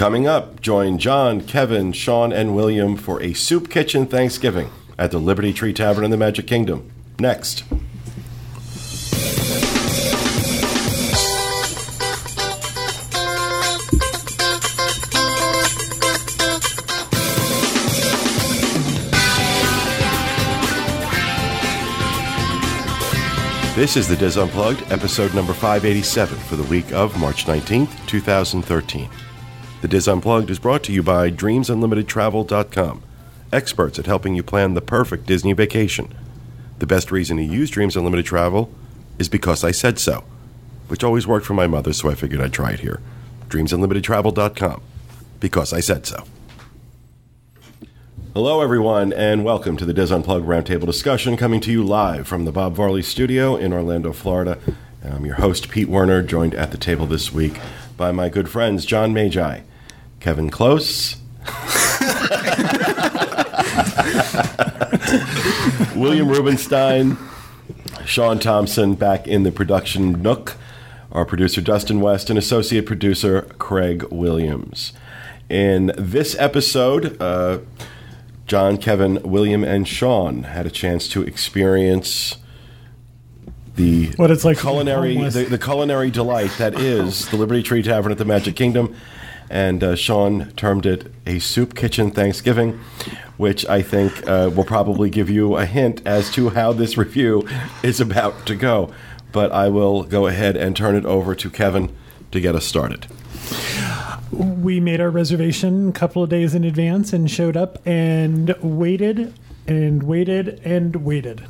Coming up, join John, Kevin, Sean, and William for a soup kitchen Thanksgiving at the Liberty Tree Tavern in the Magic Kingdom. Next. This is the Diz Unplugged, episode number 587 for the week of March 19th, 2013. The Diz Unplugged is brought to you by DreamsUnlimitedTravel.com, experts at helping you plan the perfect Disney vacation. The best reason to use Dreams Unlimited Travel is because I said so, which always worked for my mother, so I figured I'd try it here. DreamsUnlimitedTravel.com, because I said so. Hello, everyone, and welcome to the Diz Unplugged Roundtable discussion coming to you live from the Bob Varley Studio in Orlando, Florida. I'm your host, Pete Werner, joined at the table this week by my good friends John Magi, Kevin Close, William Rubenstein, Sean Thompson back in the production nook, our producer Dustin West, and associate producer Craig Williams. In this episode, uh, John, Kevin, William, and Sean had a chance to experience the What it's like to be culinary homeless. the, the culinary delight that is the Liberty Tree Tavern at the Magic Kingdom, and uh, Sean termed it a soup kitchen Thanksgiving, which I think uh, will probably give you a hint as to how this review is about to go. But I will go ahead and turn it over to Kevin to get us started. we made our reservation a couple of days in advance and showed up and waited and waited and waited.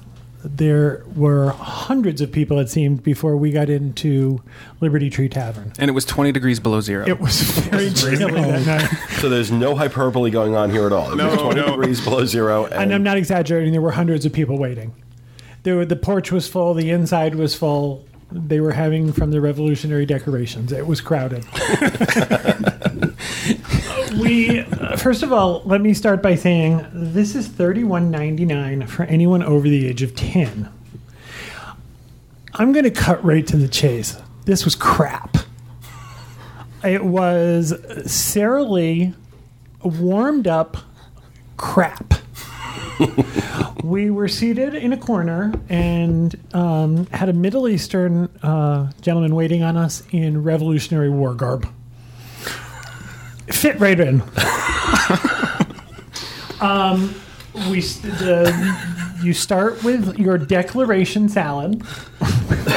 There were hundreds of people, it seemed, before we got into Liberty Tree Tavern. And it was 20 degrees below zero. It was very chilly that night. So there's no hyperbole going on here at all. It was 20 degrees below zero, and, And I'm not exaggerating, there were hundreds of people waiting. There were, the porch was full, the inside was full. They were having from the revolutionary decorations. It was crowded. we first of all, let me start by saying this is $31.99 for anyone over the age of 10. I'm going to cut right to the chase. This was crap. It was Sara Lee warmed up crap we were seated in a corner and um, had a Middle Eastern uh, gentleman waiting on us in Revolutionary War garb. Fit right in. um, we st- the, you start with your declaration salad.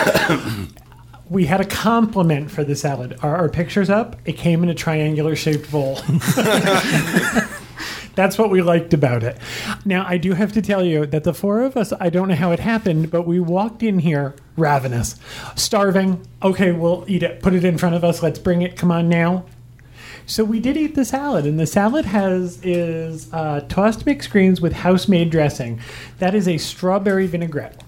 we had a compliment for the salad. Our, our pictures up. It came in a triangular shaped bowl. That's what we liked about it. Now, I do have to tell you that the four of us, I don't know how it happened, but we walked in here ravenous, starving. Okay, we'll eat it. Put it in front of us. Let's bring it. Come on now. So we did eat the salad, and the salad has is uh, tossed mixed greens with house-made dressing. That is a strawberry vinaigrette.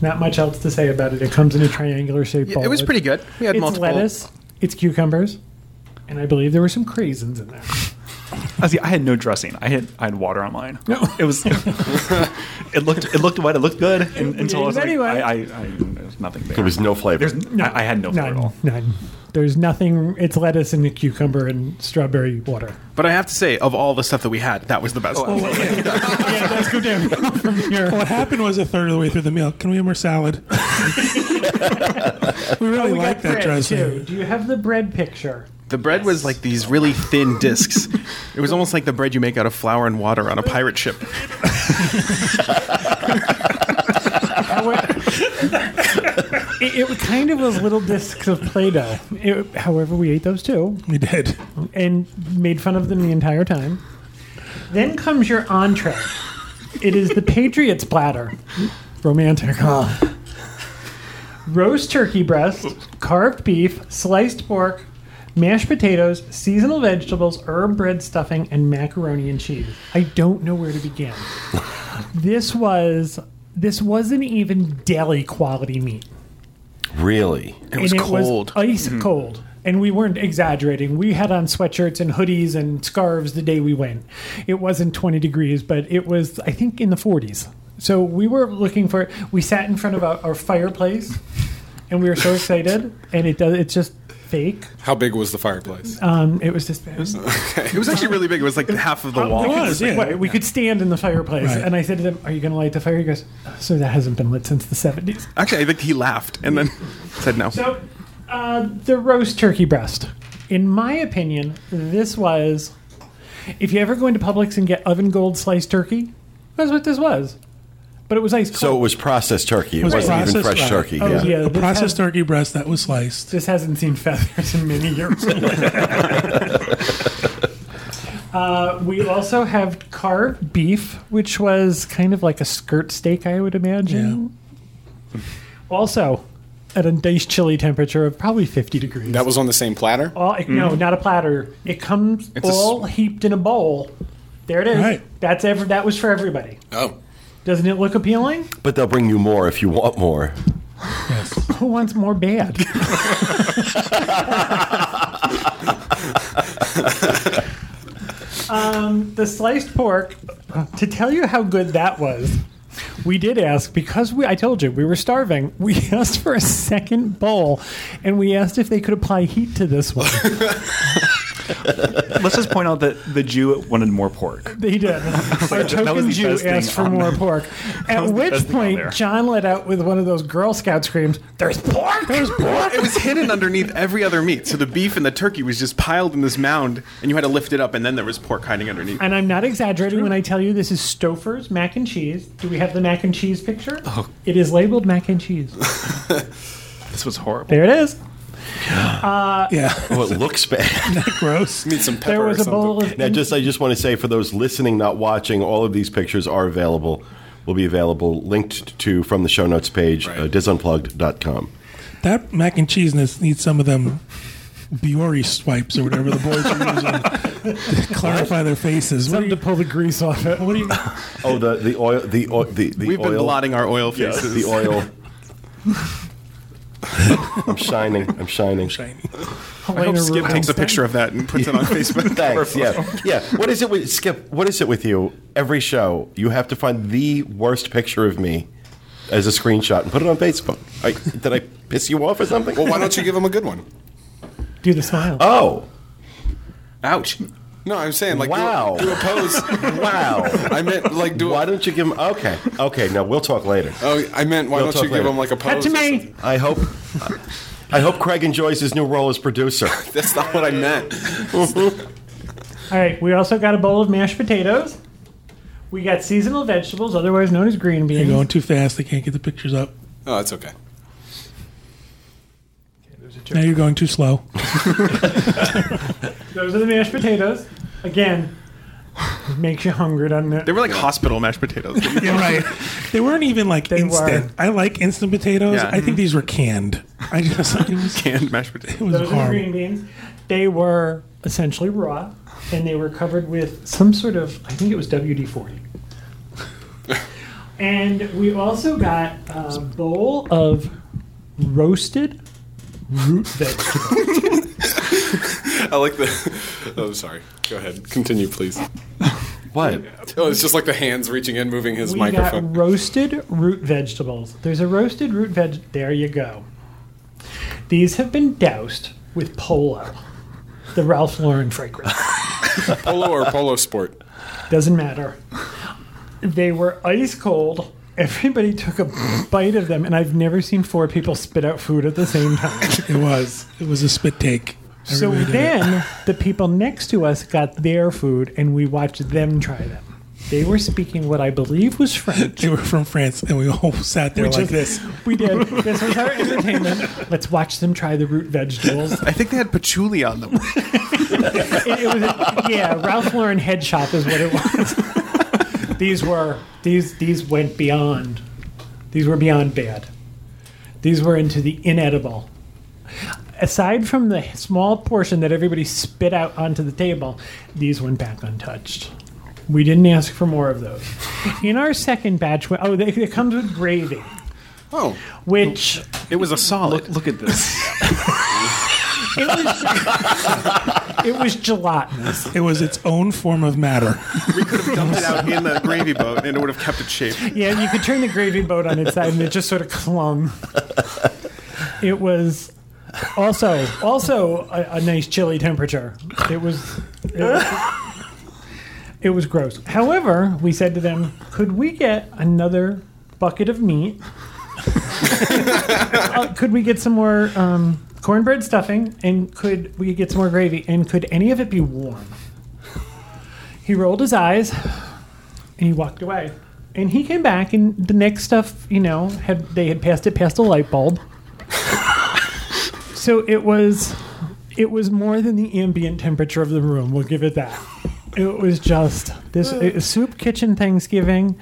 Not much else to say about it. It comes in a triangular shaped bowl. It was It's- pretty good. We had it's multiple. lettuce, it's cucumbers, and I believe there were some craisins in there. I see. I had no dressing. I had I had water on mine. It was. it looked. It looked wet. It looked good and, until I was like, Anyway. I, I, I, there's nothing there. there was no flavor. There's. I, I had no flavor at None. all. None. There's nothing. It's lettuce and a cucumber and strawberry water. But I have to say, of all the stuff that we had, that was the best. yeah, let's go down from here. Oh, What happened was a third of the way through the meal. Can we have more salad? we really Oh, We like got that bread dressing. too. Do you have the bread picture? the bread was like these really thin discs. it was almost like the bread you make out of flour and water on a pirate ship. However, it, it kind of was little discs of Play-Doh. It- however, we ate those too We did. and made fun of them the entire time. Then comes your entree. It is the Patriots platter. Romantic, huh? Roast turkey breast, carved beef, sliced pork, mashed potatoes, seasonal vegetables, herb bread stuffing, and macaroni and cheese. I don't know where to begin. this was this wasn't even deli quality meat really? It was and it cold. Mm-hmm. was ice cold. And we weren't exaggerating. We had on sweatshirts and hoodies and scarves the day we went. It wasn't 20 degrees, but it was, I think, in the 40s. So we were looking for. We sat in front of our, our fireplace, and we were so excited. And it does. It's just fake. How big was the fireplace? Um, it was just bad. It was actually really big. It was like half of the wall. it Like, was, yeah. what, we could stand in the fireplace. Right. And I said to them, Are you going to light the fire? He goes, So that hasn't been lit since the 70s. Actually, I think he laughed and then said no. So, uh, the roast turkey breast. In my opinion, this was. If you ever go into Publix and get oven gold sliced turkey, that's what this was. But it was ice cold. So it was processed turkey. It Was wasn't even processed, fresh right. turkey. Oh, yeah. a this processed has- turkey breast that was sliced. This hasn't seen feathers in many years. uh, we also have carved beef, which was kind of like a skirt steak, I would imagine. Also, at a nice chilly temperature of probably 50 degrees. That was on the same platter. all, Mm-hmm. No, not a platter. It comes a s- all heaped in a bowl. There it is. Right. That's ever. That was for everybody. Oh, Doesn't it look appealing? But they'll bring you more if you want more. Who wants Oh, more bad? um, the sliced pork. To tell you how good that was, we did ask because we. I told you we were starving. We asked for a second bowl, and we asked if they could apply heat to this one. Let's just point out that the Jew wanted more pork. They did. Our that was token the Jew best thing asked for on more there. pork. At was the which best thing on point, there. John let out with one of those Girl Scout screams. There's pork. There's pork. It was hidden underneath every other meat. So the beef and the turkey was just piled in this mound, and you had to lift it up, and then there was pork hiding underneath. And I'm not exaggerating when I tell you this is Stouffer's mac and cheese. Do we have the mac and cheese picture? Oh. It is labeled mac and cheese. This was horrible. There it is. yeah, Oh, it looks bad. gross. need some pepper. There was or a something. bowl of. Now, just I just want to say for those listening, not watching, all of these pictures are available. Will be available, linked to from the show notes page, Right. uh, disunplugged.com. That mac and cheese needs needs some of them Biore swipes or whatever the boys are using to clarify their faces. What are Something to you? pull the grease off it. What are you Oh, the the oil, the oil, the, the We've oil, been blotting our oil faces. the oil. I'm shining. I'm shining. shiny? I hope Helena Skip takes a Rubinstein. picture of that and puts it on Facebook. Thanks. Yeah, yeah. What is it with Skip? What is it with you? Every show, you have to find the worst picture of me as a screenshot and put it on Facebook. I, did I piss you off or something? Well, why don't you give him a good one? Do the smile. Oh, Ouch. No, I'm saying like do a- Wow. do a pose. wow. I meant like do. Why A, don't you give him? Okay, okay. Now we'll talk later. oh, I meant why We'll don't you talk give later. him like a Cut pose? to or me. something? I hope. I hope Craig enjoys his new role as producer. That's not what I meant. Oh, All right. We also got a bowl of mashed potatoes. We got seasonal vegetables, otherwise known as green You're beans. going too fast. I can't get the pictures up. Oh, it's okay. Now you're going too slow. Those are the mashed potatoes. Again, makes you hungry, doesn't it? They were like hospital mashed potatoes. Yeah, right. They weren't even like They instant. were. I like instant potatoes. Yeah. I think these were canned. I just it was, Canned mashed it potatoes. was Those are the horrible. green beans. They were essentially raw, and they were covered with some sort of, I think it was WD 40. and we also got a bowl of roasted root vegetables. I like the. Oh, sorry. Go ahead. Continue, please. What? Oh, it's just like the hands reaching in, moving his we microphone. got roasted root vegetables. There's a roasted root veg. There you go. These have been doused with Polo, the Ralph Lauren fragrance. Polo or polo sport? Doesn't matter. They were ice cold. Everybody took a bite of them, and I've never seen four people spit out food at the same time. It was. It was a spit take. so Everybody did it. then the people next to us got their food, and we watched them try them. They were speaking what I believe was French. they were from France, and we all sat there which like is- this. We did. This was our entertainment. Let's watch them try the root vegetables. I think they had patchouli on them. it, it was a, yeah, Ralph Lauren head shop is what it was. these were these these went beyond. These were beyond bad. These were into the inedible. Aside from the small portion that everybody spit out onto the table, these went back untouched. We didn't ask for more of those. In our second batch, we- oh, they, it comes with gravy, Oh, which It was a solid. Look, look at this. it was, it was gelatinous. It was its own form of matter. We could have dumped it out in the gravy boat, and it would have kept its shape. Yeah, you could turn the gravy boat on its side, and it just sort of clung. It was Also, also a, a nice chilly temperature. It was. It was It was gross. However, we said to them, could we get another bucket of meat? Uh, could we get some more um, cornbread stuffing? And could we get some more gravy? And could any of it be warm? He rolled his eyes and he walked away. And he came back, and the next stuff, you know, had they had passed it past a light bulb. so it was, it was more than the ambient temperature of the room. We'll give it that. It was just this uh, soup kitchen Thanksgiving.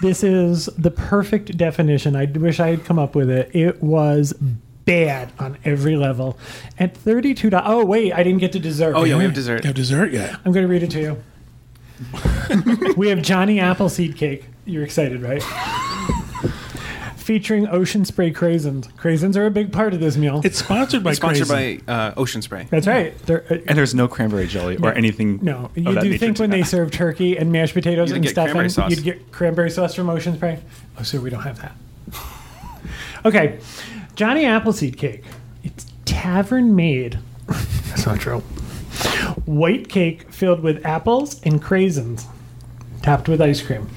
This is the perfect definition. I wish I had come up with it. It was bad on every level. At thirty-two. do- Oh wait, I didn't get to dessert. Oh yeah, we have dessert. You have dessert yet? I'm going to read it to you. we have Johnny Appleseed Cake. You're excited, right? Featuring ocean spray craisins. Craisins are a big part of this meal. It's sponsored by Sponsored Crazy. by uh, Ocean Spray. That's right. They're, uh, And there's no cranberry jelly or anything. no, of you that do nature think to when they that. serve turkey and mashed potatoes You'd and get stuffing, cranberry sauce. you'd get cranberry sauce from Ocean Spray. Oh, so we don't have that. okay, Johnny Appleseed Cake. It's tavern made. That's not true. White cake filled with apples and craisins, topped with ice cream.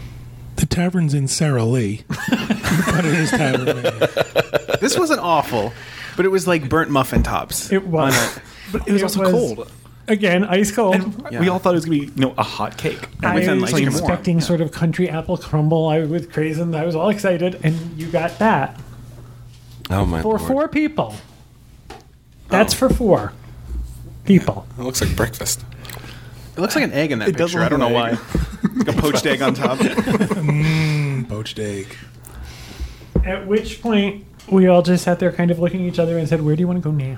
The tavern's in Sarah Lee. but it is tavern. man. This wasn't awful, but it was like burnt muffin tops. It was. But it was also cold. Again, ice cold. We all thought it was gonna be you know, a hot cake. And I we found, was within, like, like, warm. expecting sort of country apple crumble I, with craisins. I was all excited, and you got that Oh my for lord. four people. Oh. That's for four people. It looks like breakfast. It looks like an egg in that It does picture. I look don't know like why. an like a poached egg on top. Poached egg. At which point, we all just sat there, kind of looking at each other, and said, "Where do you want to go now?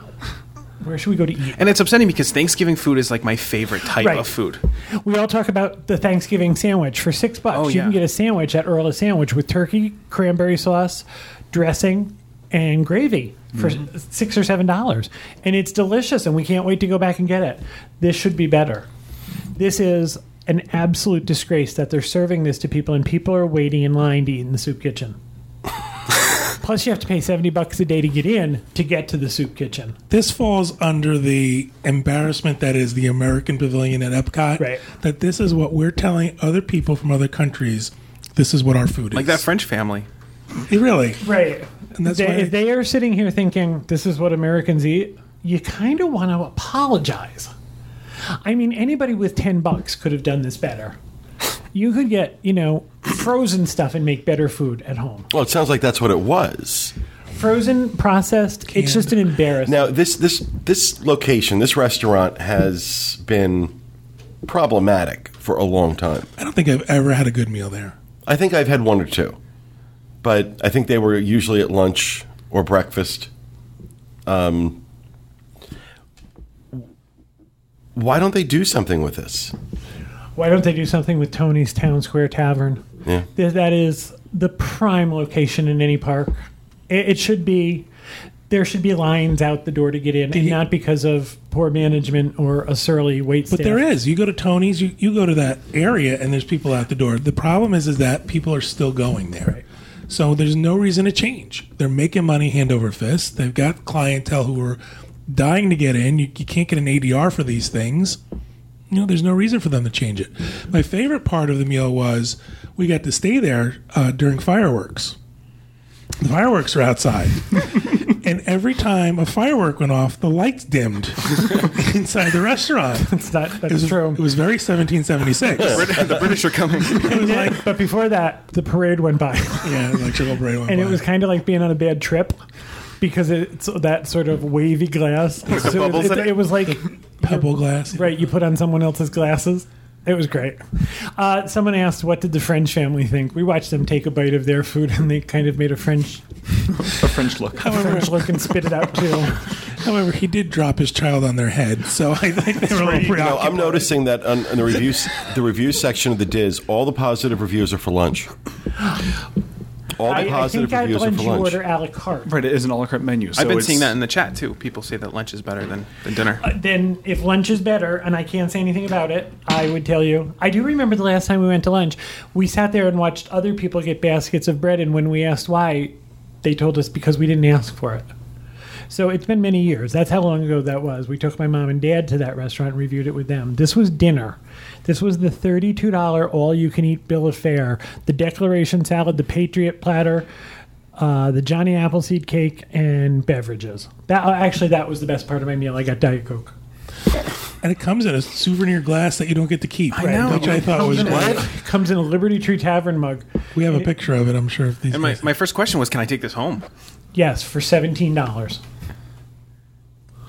Where should we go to eat?" And it's upsetting because Thanksgiving food is like my favorite type Right. of food. We all talk about the Thanksgiving sandwich for six bucks. Oh, you can yeah. get a sandwich at Earl of Sandwich with turkey, cranberry sauce, dressing, and gravy for Mm-hmm. six or seven dollars, and it's delicious. And we can't wait to go back and get it. This should be better. This is an absolute disgrace that they're serving this to people, and people are waiting in line to eat in the soup kitchen. Plus, you have to pay seventy bucks a day to get in to get to the soup kitchen. This falls under the embarrassment that is the American Pavilion at Epcot. Right. That this is what we're telling other people from other countries. This is what our food is. Like that French family. It really. Right. And that's they, why- if they are sitting here thinking this is what Americans eat, you kind of want to apologize. I mean, anybody with 10 bucks could have done this better. You could get, you know, frozen stuff and make better food at home. Well, it sounds like that's what it was. Frozen, processed, it's just an embarrassment. Now this this this location, this restaurant has been problematic for a long time. I don't think I've ever had a good meal there. I think I've had one or two, but I think they were usually at lunch or breakfast. Um, why don't they do something with this? Why don't they do something with Tony's Town Square Tavern? Yeah. Th- That is the prime location in any park. It, it should be. There should be lines out the door to get in, and you- not because of poor management or a surly wait But there is. You go to Tony's, you, you go to that area, and there's people out the door. The problem is, is that people are still going there. So there's no reason to change. They're making money hand over fist. They've got clientele who are dying to get in. You, you can't get an ADR for these things. You know, there's no reason for them to change it. My favorite part of the meal was we got to stay there uh, during fireworks. The fireworks are outside. and every time a firework went off, the lights dimmed inside the restaurant. It's not, that's It was, true. It was very 1776. the British are coming. it was like, but before that, the parade went by, yeah, electrical brain went and it by. was kind of like being on a bad trip because it's that sort of wavy glass. So bubbles it, in it? it was like pebble glass. Right, you put on someone else's glasses. It was great. Uh, someone asked, "What did the French family think?" We watched them take a bite of their food, and they kind of made a French a French look. French look and spit it out too. However, he did drop his child on their head, so I think they were a little No, preoccupied. I'm noticing that on, on the reviews, the review section of the Diz, all the positive reviews are for lunch. All the I, I positive think I reviews are blend for you lunch. order a la carte. Right, it is an a la carte menu. So I've been it's- seeing that in the chat too. People say that lunch is better than, than dinner. Uh, Then, if lunch is better, and I can't say anything about it, I would tell you. I do remember the last time we went to lunch, we sat there and watched other people get baskets of bread, and when we asked why, they told us because we didn't ask for it. So it's been many years. That's how long ago that was. We took my mom and dad to that restaurant and reviewed it with them. This was dinner. This was the $32 all you can eat bill of fare, the declaration salad, the patriot platter, uh, the Johnny Appleseed cake, and beverages. That uh, Actually, that was the best part of my meal. I got Diet Coke. And it comes in a souvenir glass that you don't get to keep, know. which I thought was great. Comes in a Liberty Tree Tavern mug. We have a picture of it, I'm sure. If these And my, guys- my first question was, can I take this home? Yes, for $17.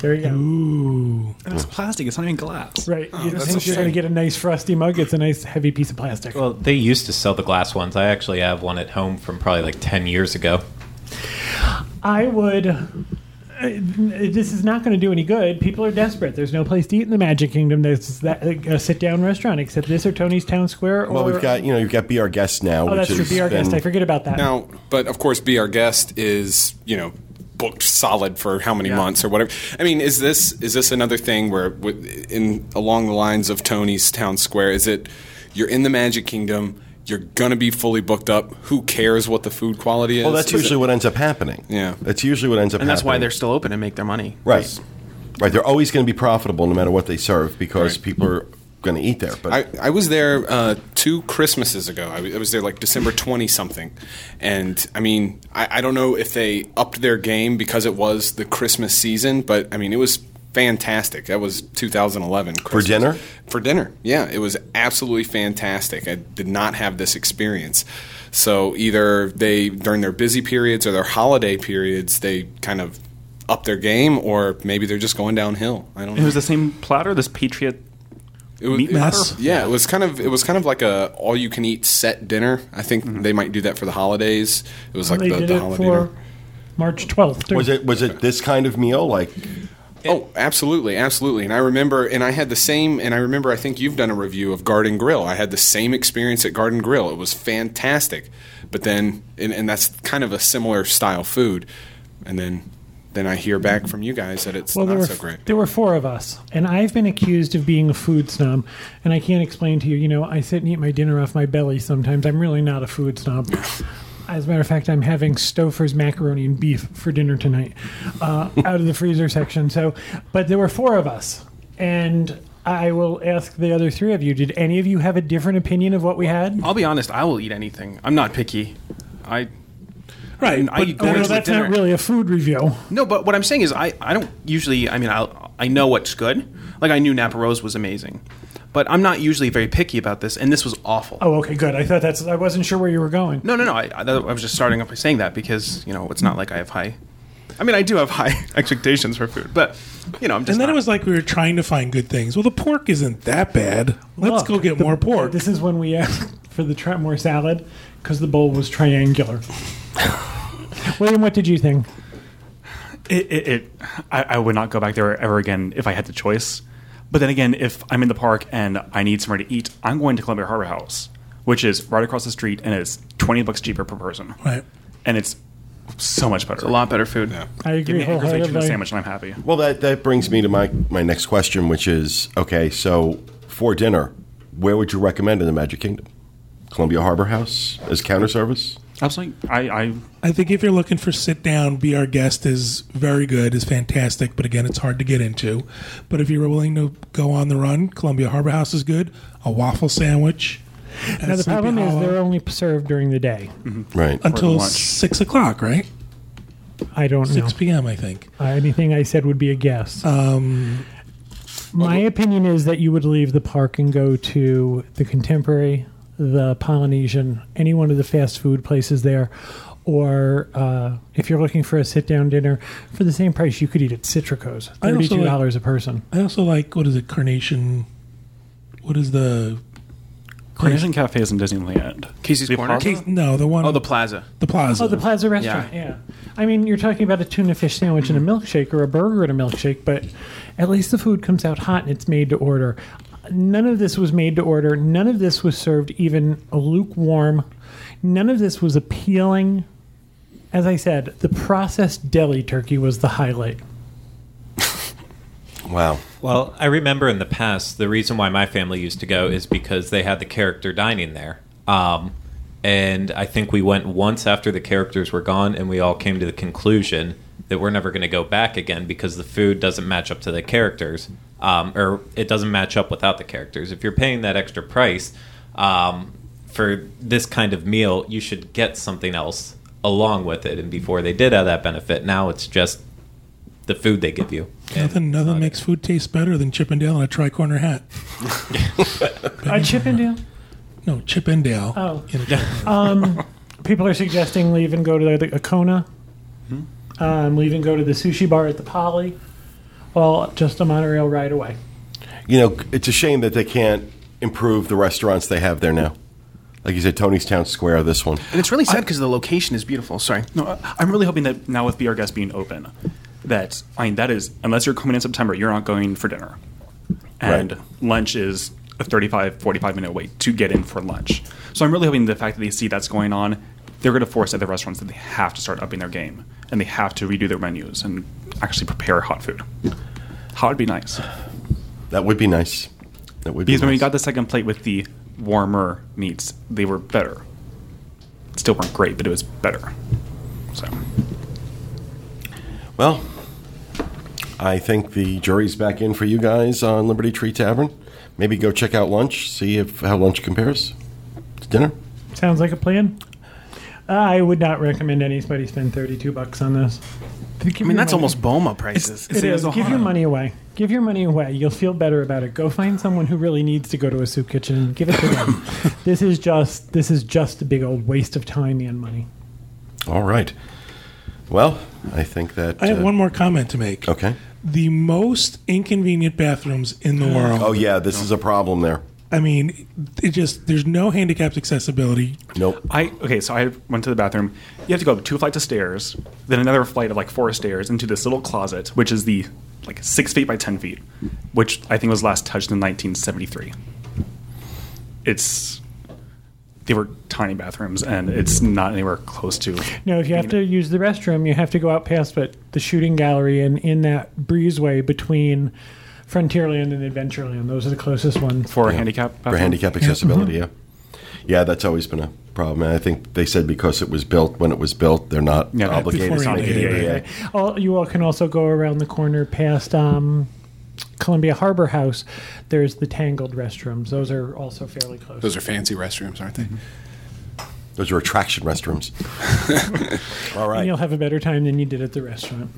There you go. Ooh. And it's plastic. It's not even glass. Right. Oh, you don't think you're going to get a nice frosty mug. It's a nice heavy piece of plastic. Well, they used to sell the glass ones. I actually have one at home from probably like 10 years ago. I would. uh, This is not going to do any good. People are desperate. There's no place to eat in the Magic Kingdom. There's that uh, a sit-down restaurant except this or Tony's Town Square. Or, Well, we've got you know you've got be our guest now, Oh, which that's true. is Be our guest. I forget about that. Now, but of course, be our guest is you know booked solid for how many months or whatever. I mean, is this is this another thing where w- in along the lines of Tony's Town Square? Is it you're in the Magic Kingdom? You're gonna be fully booked up. Who cares what the food quality is? Well, that's Is it- usually what ends up happening. Yeah. that's usually what ends up. And that's why happening. they're still open and make their money. right, right. They're always going to be profitable no matter what they serve because people are going to eat there. But I, I was there uh, two Christmases ago. I was- I was there like December 20 something. And I mean, I, I don't know if they upped their game because it was the Christmas season, but I mean, it was fantastic. That was 2011. Christmas. dinner? For dinner. Yeah. It was absolutely fantastic. I did not have this experience. So either they, during their busy periods or their holiday periods, they kind of up their game or maybe they're just going downhill. I don't know. It was the same platter. This Patriot. It was, Meat it- mess? Yeah, it was kind of it was kind of like a all you can eat set dinner. I think they might do that for the holidays. It was like Mm-hmm. they the, did the it holiday. for dinner. March 12th. too. was it was it this kind of meal like? Oh, absolutely, absolutely. And I remember, and I had the same. And I remember, I think you've done a review of Garden Grill. I had the same experience at Garden Grill. It was fantastic. But then, and, and that's kind of a similar style food. And then, then I hear back from you guys that it's there not Mm-hmm. were, so great. There were four of us, and I've been accused of being a food snob, and I can't explain to you. You know, I sit and eat my dinner off my belly sometimes. I'm really not a food snob. As a matter of fact, I'm having Stouffer's macaroni and beef for dinner tonight, uh, out of the freezer section. So, but there were four of us, and I will ask the other three of you: Did any of you have a different opinion of what we had? I'll be honest, I will eat anything. I'm not picky. I Right. I but- eat dinner oh, no, Well, with that- that's not really a food review. No, but what I'm saying is I, I don't usually I mean I I know what's good. Like I knew Napa Rose was amazing. But I'm not usually very picky about this and this was awful. Oh, okay, good. I thought that's. I wasn't sure where you were going. No, no, no. I, I, that- I was just starting off by saying that because, you know, it's not like I have high I mean, I do have high expectations for food, but you know, I'm just and then not- it was like we were trying to find good things. Well, the pork isn't that bad. Look, Let's go get the- more pork. This is when we asked for the tri- more salad because the bowl was triangular. William, what did you think? It. it, it I, I would not go back there ever again if I had the choice. But then again, if I'm in the park and I need somewhere to eat, I'm going to Columbia Harbor House, which is right across the street and it's 20 bucks cheaper per person. right. And it's so much better. a lot better food. I agree Give me a Anchor's Bay chicken wholeheartedly. sandwich and I'm happy. Well, that that brings me to my my next question, which is okay. So for dinner, where would you recommend in the Magic Kingdom? Columbia Harbor House as counter service. Absolutely. I, I I think if you're looking for sit down, be our guest is very good, is fantastic, but again, it's hard to get into. But if you're willing to go on the run, Columbia Harbor House is good. A waffle sandwich. at Now the Sleepy problem is Hollow they're only served during the day. Mm. Right. until lunch. six o'clock, right? I don't know. Six p.m. I think. Uh, anything I said would be a guess. Um, My opinion is that you would leave the park and go to the Contemporary, the Polynesian, any one of the fast food places there. Or uh, if you're looking for a sit down dinner for the same price, you could eat at Citrico's I also $32 a person. I also like what is it, Carnation? What is the Carnation Cafe is in Disneyland. Casey's The Corner? Plaza? Case- no the one Oh, the plaza. the plaza Oh, the Plaza restaurant. Yeah. Yeah. I mean, you're talking about a tuna fish sandwich and a milkshake or a burger and a milkshake, but at least the food comes out hot and it's made to order. None of this was made to order. None of this was served even lukewarm. None of this was appealing. As I said, the processed deli turkey was the highlight. Wow. Well, I remember in the past, the reason why my family used to go is because they had the character dining there. Um, and I think we went once after the characters were gone, and we all came to the conclusion that we're never going to go back again because the food doesn't match up to the characters, um, or it doesn't match up without the characters. If you're paying that extra price um, for this kind of meal, you should get something else along with it. And before they did have that benefit, now it's just the food they give you. Nothing, nothing makes food taste better than Chippendale and a tricorner hat. Uh, Chippendale. No, Chippendale. Oh. In a tri- Um, People are suggesting leave and go to the Akona. Hmm? Um, leave and go to the sushi bar at the Poly. Well, just a monorail ride away. You know, it's a shame that they can't improve the restaurants they have there now. Like you said, Tony's Town Square, this one. And it's really sad because the location is beautiful. Sorry. No, I- I'm really hoping that now with Be Our Guest being open, that I mean that is unless you're coming in September, you're not going for dinner, and Right. lunch is a 35, 45 minute wait to get in for lunch. So I'm really hoping the fact that they see that's going on, they're going to force other restaurants that they have to start upping their game and they have to redo their menus and actually prepare hot food. Hot would be nice That would be nice. That would be because when we nice. got the second plate with the warmer meats, they were better. Still weren't great, but it was better. So. Well, I think the jury's back in for you guys on Liberty Tree Tavern. Maybe go check out lunch, see if how lunch compares to dinner. Sounds like a plan. I would not recommend anybody spend thirty-two bucks on this. I mean, that's almost Boma prices. It Same is. as Give your Ohana. money away. Give your money away. You'll feel better about it. Go find someone who really needs to go to a soup kitchen and give it to them. this is just this is just a big old waste of time and money. All right. Well, I think that. I have uh, one more comment to make. Okay. The most inconvenient bathrooms in the world. Oh yeah, this is a problem there. I mean, it just there's no handicapped accessibility. Nope. I okay, so I went to the bathroom. You have to go up two flights of stairs, then another flight of like four stairs into this little closet, which is the like six feet by ten feet, which I think was last touched in 1973. It's they were tiny bathrooms, and it's not anywhere close to. No, if you have to use the restroom, you have to go out past but the shooting gallery and in that breezeway between Frontierland and Adventureland. Those are the closest ones. for a handicap bathroom. For handicap accessibility, Mm-hmm. yeah. Yeah, that's always been a problem. And I think they said because it was built when it was built, they're not Yeah, obligated before to make it ADA, ADA. All, you all can also go around the corner past um, Columbia Harbor House. There's the Tangled restrooms. Those are also fairly close. Those are fancy restrooms, aren't they? Those are attraction restrooms. All And right. you'll have a better time than you did at the restaurant.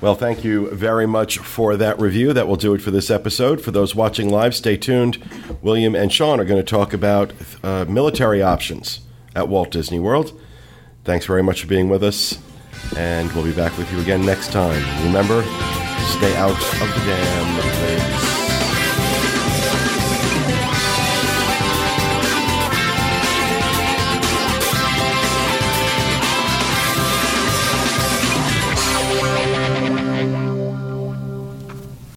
Well, thank you very much for that review. That will do it for this episode. For those watching live, stay tuned. William and Sean are going to talk about uh, military options at Walt Disney World. Thanks very much for being with us, and we'll be back with you again next time. Remember, stay out of the dam, please.